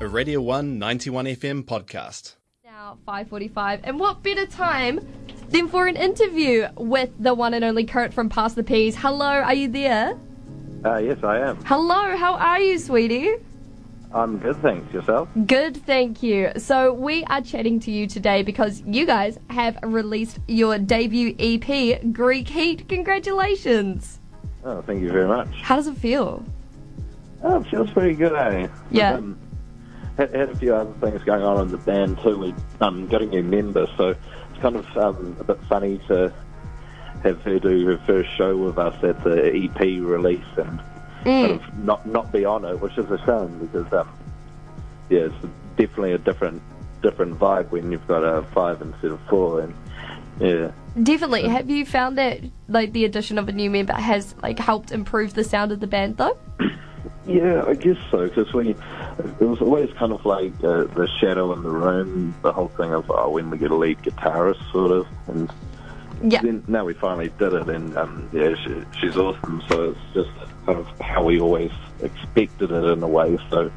a Radio 1 91 FM podcast. Now 5:45, and what better time than for an interview with the one and only Kurt from Past the Peas? Hello, are you there? Uh, yes, I am. Hello, how are you, sweetie? I'm good, thanks. Yourself? Good, thank you. So we are chatting to you today because you guys have released your debut EP, Greek Heat. Congratulations! Oh, thank you very much. How does it feel? Oh, it feels pretty good, eh? Yeah. Um, had, had a few other things going on in the band too. We um, got a new member, so it's kind of um, a bit funny to have her do her first show with us at the EP release and kind of not not be on it, which is a shame because um, yeah, it's definitely a different different vibe when you've got a five instead of four, and yeah. Definitely. Have you found that like the addition of a new member has like helped improve the sound of the band though? Yeah, I guess so. Because when you, it was always kind of like uh, the shadow in the room, the whole thing of oh, when we get a lead guitarist, sort of. And Yeah. then now we finally did it, and um, yeah, she, she's awesome. So it's just kind of how we always expected it in a way. So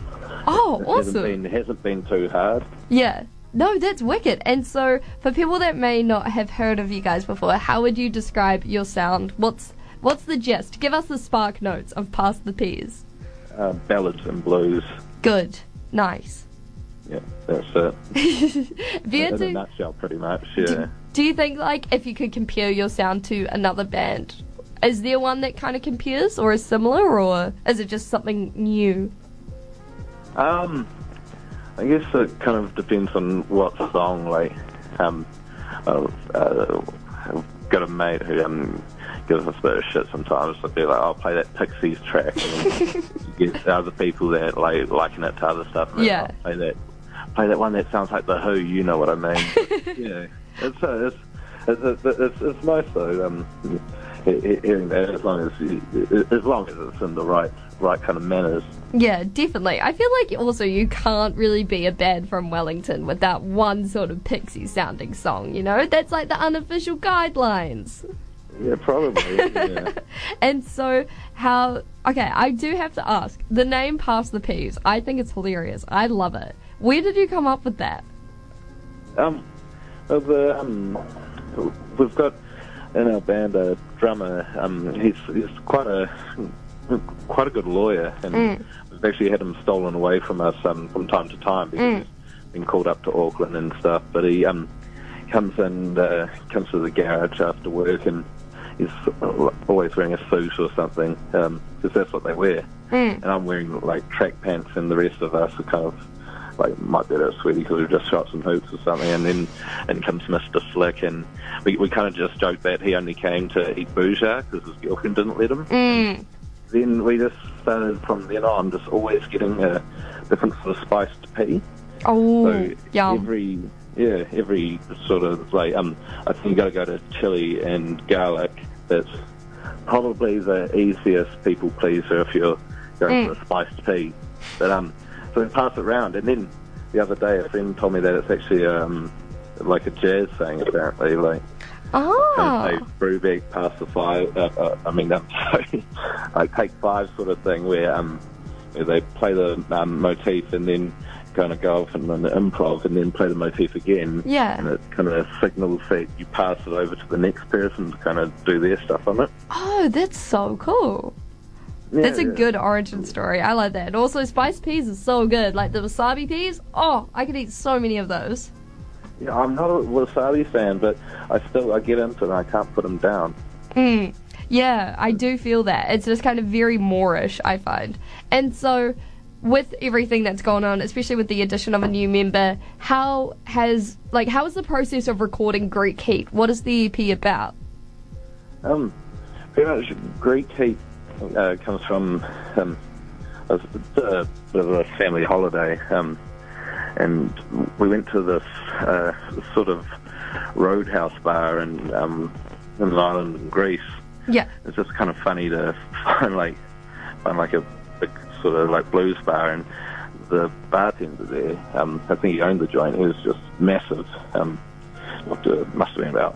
Oh, it awesome. hasn't been hasn't been too hard. Yeah. No, that's wicked. And so, for people that may not have heard of you guys before, how would you describe your sound? What's what's the gist? Give us the spark notes of Past the Peas. Uh, ballads and blues. Good. Nice. Yeah, that's it. If you had In a to, nutshell, pretty much. Yeah. do you think, like, if you could compare your sound to another band, is there one that kind of compares or is similar, or is it just something new? Um, I guess it kind of depends on what song. Like, um, uh, uh, I've got a mate who um gives us a bit of shit sometimes. Like they're like, "I'll play that Pixies track," and then you get other people that like liking it to other stuff. And they're Yeah. like, play that, play that one that sounds like the Who. You know what I mean? yeah, it's uh, it's. It's, it's, it's, it's nice though, um, he- he- hearing that as long as you- as long as it's in the right right kind of manners. Yeah, definitely. I feel like also you can't really be a band from Wellington without one sort of pixie sounding song, you know? That's like the unofficial guidelines. Yeah, probably. Yeah. And so, how. Okay, I do have to ask the name Pass the Peas, I think it's hilarious. I love it. Where did you come up with that? Um, uh, the, um, we've got in our band a drummer. Um, he's he's quite a quite a good lawyer, and we've actually had him stolen away from us um, from time to time because he's been called up to Auckland and stuff. But he um, comes and uh, comes to the garage after work, and he's always wearing a suit or something because that's what they wear. And I'm wearing like track pants, and the rest of us are kind of like might be a bit sweaty because we've just shot some hoops or something, and then in comes Mr. Slick, and we, we kind of just joked that he only came to eat bouchard because his girlfriend didn't let Hmm. him. Then we just started from then on, just always getting a different sort of spiced pea. Oh, So yum. every yeah, every sort of like um, I think you got to go to chili and garlic. That's probably the easiest people pleaser if you're going for a spiced pea. But um, so we pass it round, and then the other day a friend told me that it's actually um, like a jazz thing apparently, like kind ah. of say Brubeck pass the five. Uh, uh, I mean, I'm sorry, like take five sort of thing where um where they play the um, motif and then kind of go off and then improv and then play the motif again. Yeah. and it kind of signals that you pass it over to the next person to kind of do their stuff on it. Oh, that's so cool. Yeah, That's a yeah. good origin story. I like that. And also, spiced peas is so good. Like the wasabi peas. Oh, I could eat so many of those. Yeah, I'm not a wasabi fan, but I still I get into it. and I can't put them down. Mm. Yeah, I do feel that. It's just kind of very Moorish, I find. And so, with everything that's gone on, especially with the addition of a new member, how has like how is the process of recording Greek Heat? What is the EP about? Um, pretty much Greek heat uh, comes from um, a, a bit of a family holiday, um, and we went to this uh, sort of roadhouse bar in um, in an island in Greece. Yeah, It's just kind of funny to find like find like a big sort of like blues bar and. The bartender there, um, I think he owned the joint. He was just massive. Um, must have must have been about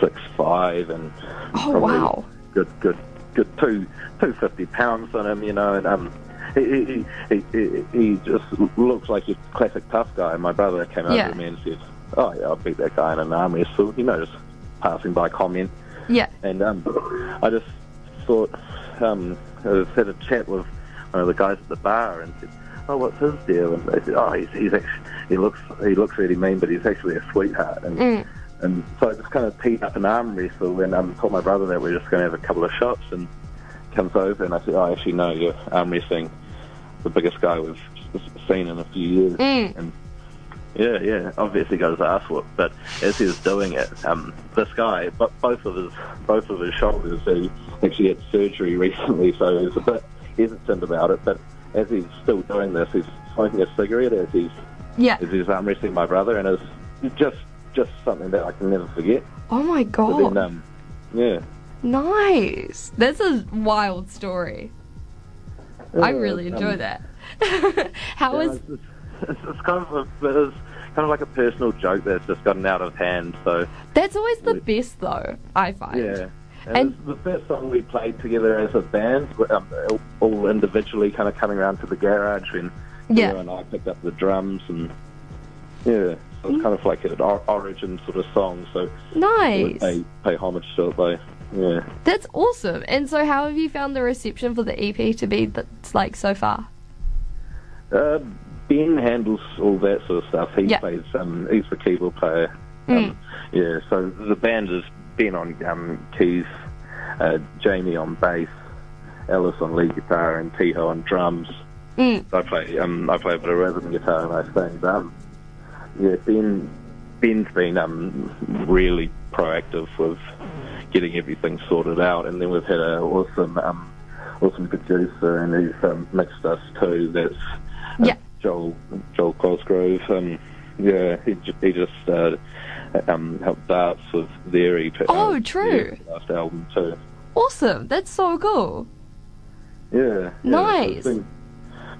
six five and Oh, probably wow. good good good two two fifty pounds on him you know and um he, he, he, he just looks like your classic tough guy. And my brother came over Yeah. to me and said, "Oh yeah, I beat that guy in an arm wrestle." You know, just passing by comment. Yeah. And um, I just thought um, I just had a chat with one of the guys at the bar and said, "Oh, what's his deal?" And they said, "Oh, he's, he's actually, he looks he looks really mean, but he's actually a sweetheart." And, and so I just kind of teed up an arm wrestle and um, told my brother that we are just going to have a couple of shots. And comes over and I said, "Oh, actually, no, you're arm wrestling the biggest guy we've s- seen in a few years." And yeah, yeah. Obviously got his ass whooped, but as he was doing it, um, this guy, but both of his both of his shoulders, he actually had surgery recently, so he's a bit hesitant about it. But as he's still doing this, he's smoking a cigarette as he's Yeah. as he's arm wrestling my brother, and it's just just something that I can never forget. Oh my But god. then, um, yeah, Nice. That's a wild story. I Yeah, really um, enjoy that. How yeah, is it's, it's, it's kind of a, it's kind of like a personal joke that's just gotten out of hand. So. that's always the Wait. best though, I find. Yeah. And, And- it's the first song we played together as a band, um, all individually, kind of coming around to the garage when Yeah. Sarah and I picked up the drums and yeah, so Mm. it's kind of like an or- origin sort of song. So Nice. they pay homage to it by yeah. That's awesome. And so how have you found the reception for the EP to be that's like so far? Uh, ben handles all that sort of stuff. He Yeah. plays. Um, he's the keyboard player. Um, Yeah. So the band is Ben on um, keys, uh, Jamie on bass, Ellis on lead guitar, and Tiho on drums. I play. Um, I play a bit of rhythm guitar and I sing. Um, yeah. Ben. Ben's been um, really proactive with getting everything sorted out, and then we've had an awesome, um, awesome producer, and he's um, mixed us too. That's Yeah. Joel Joel Cosgrove. Um, yeah, he, ju- he just uh, um, helped Darts with their EP. Oh, uh, true. their last album too. Awesome. That's so cool. Yeah. yeah, Nice. It's been,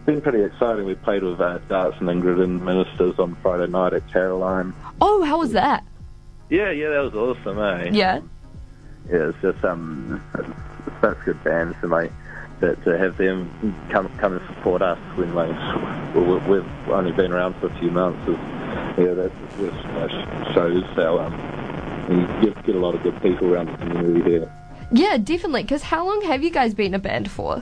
been pretty exciting. We played with uh, Darts and Ingrid and Ministers on Friday night at Caroline. Oh, how was that? Yeah, yeah, that was awesome, eh? Yeah. Yeah, it's just um, such good bands, and like to, to have them come come and support us when like we- we- we've only been around for a few months. Is, yeah, that just uh, shows how um, you get, get a lot of good people around the community here. Yeah, definitely. Because how long have you guys been in a band for?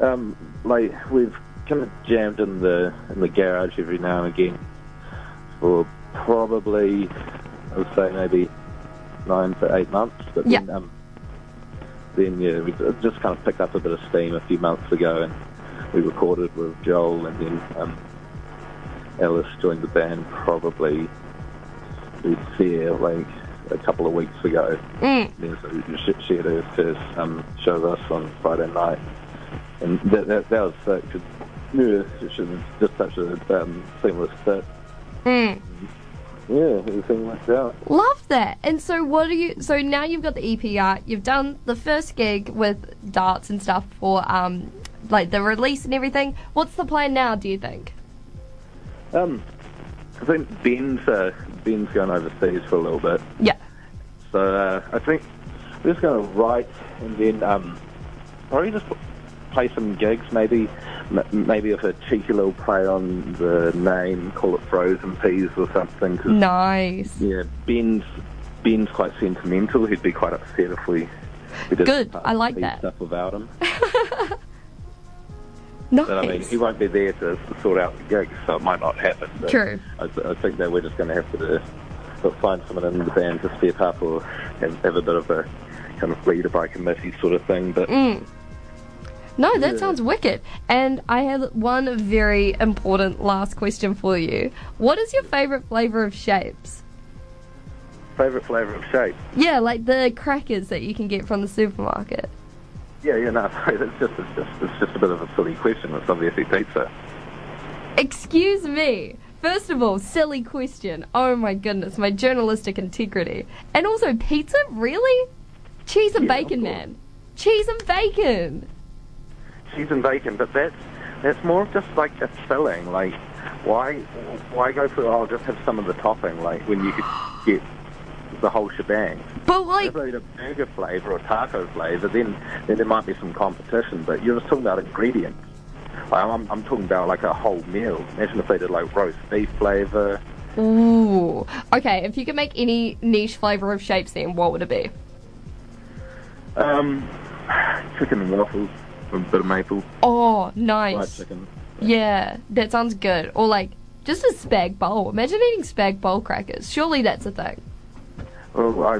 Um, like we've kind of jammed in the in the garage every now and again for probably I would say maybe nine to eight months, but Yeah. then um, then yeah, we just kind of picked up a bit of steam a few months ago, and we recorded with Joel, and then um, Alice joined the band probably it's there like a couple of weeks ago. Mm. Yeah, so she, she had her first um, show with us on Friday night, and that, that, that was so good. Yeah, she was just such a um, seamless fit. Mm. Yeah, everything worked out. Love that. And so what are you so now you've got the EP out, you've done the first gig with darts and stuff for um like the release and everything. What's the plan now, do you think? Um, I think Ben's uh, Ben's going overseas for a little bit, Yeah. so uh, I think we're just going to write and then um, probably just play some gigs. Maybe m- maybe if a cheeky little play on the name, call it Frozen Peas or something. 'cause Nice. Yeah, Ben's Ben's quite sentimental. He'd be quite upset if we, we did Good, some I like party that. stuff without him. Nice. But I mean, he won't be there to sort out the gigs, so it might not happen. But True. I, th- I think that we're just going to have to uh, find someone in the band to step up or have, have a bit of a kind of leader by committee sort of thing. But Mm. No, that Yeah. sounds wicked. And I have one very important last question for you. What is your favorite flavor of shapes? favorite flavor of shape? Yeah, like the crackers that you can get from the supermarket. Yeah, yeah, no, sorry, that's just it's just it's just a bit of E a silly question. It's obviously pizza. Excuse me. First of all, silly question. Oh my goodness, my journalistic integrity. And also pizza, really? Cheese and Yeah, of bacon, course. man. Cheese and bacon. cheese and bacon, but that's that's more of just like a filling. Like, why why go for? Oh, just have some of the topping. Like when you could get the whole shebang. But like If they had a burger flavour or taco flavour, then then there might be some competition. But you're just talking about ingredients. I'm, I'm talking about like a whole meal. Imagine if they did like roast beef flavour. Ooh. Okay, if you could make any niche flavour of shapes, then what would it be? Um, chicken and waffles, a bit of maple, Oh, fried nice. chicken. Yeah, that sounds good. Or like just a spag bowl. Imagine eating spag bowl crackers. Surely that's a thing. Well, I,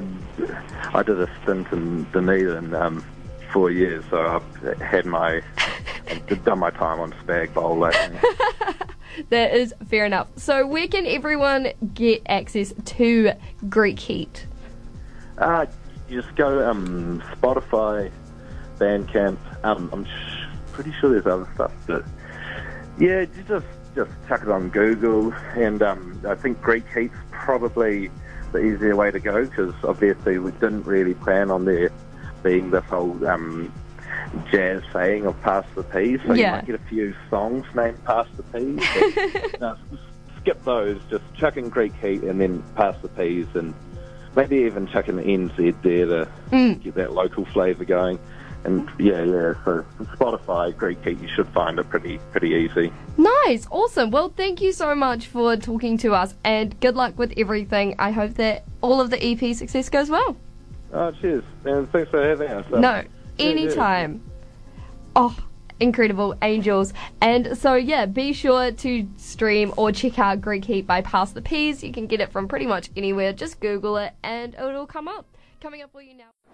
I did a stint in Dunedin um, four years, so I've had my, I've done my time on spag bowl lately. That is fair enough. So where can everyone get access to Greek Heat? Uh, you just go um, Spotify, Bandcamp. Um, I'm sh- pretty sure there's other stuff, but yeah, you just just chuck it on Google, and um, I think Greek Heat's probably the easier way to go because obviously we didn't really plan on there being this whole um, jazz saying of pass the peas. So Yeah. you might get a few songs named pass the peas. but, no, s- skip those. Just chuck in Greek Heat and then pass the peas and. Maybe even chuck an NZ there to Mm. get that local flavour going. And yeah, yeah. So Spotify, Greek Heat, you should find it pretty pretty easy. Nice, awesome. Well, thank you so much for talking to us and good luck with everything. I hope that all of the EP success goes well. Oh, cheers, and thanks for having us. Um, No, yeah, yeah. anytime. Oh, incredible angels. And so, yeah, be sure to stream or check out Greek Heat by Pass the Peas. You can get it from pretty much anywhere. Just Google it and it'll come up. Coming up for you now.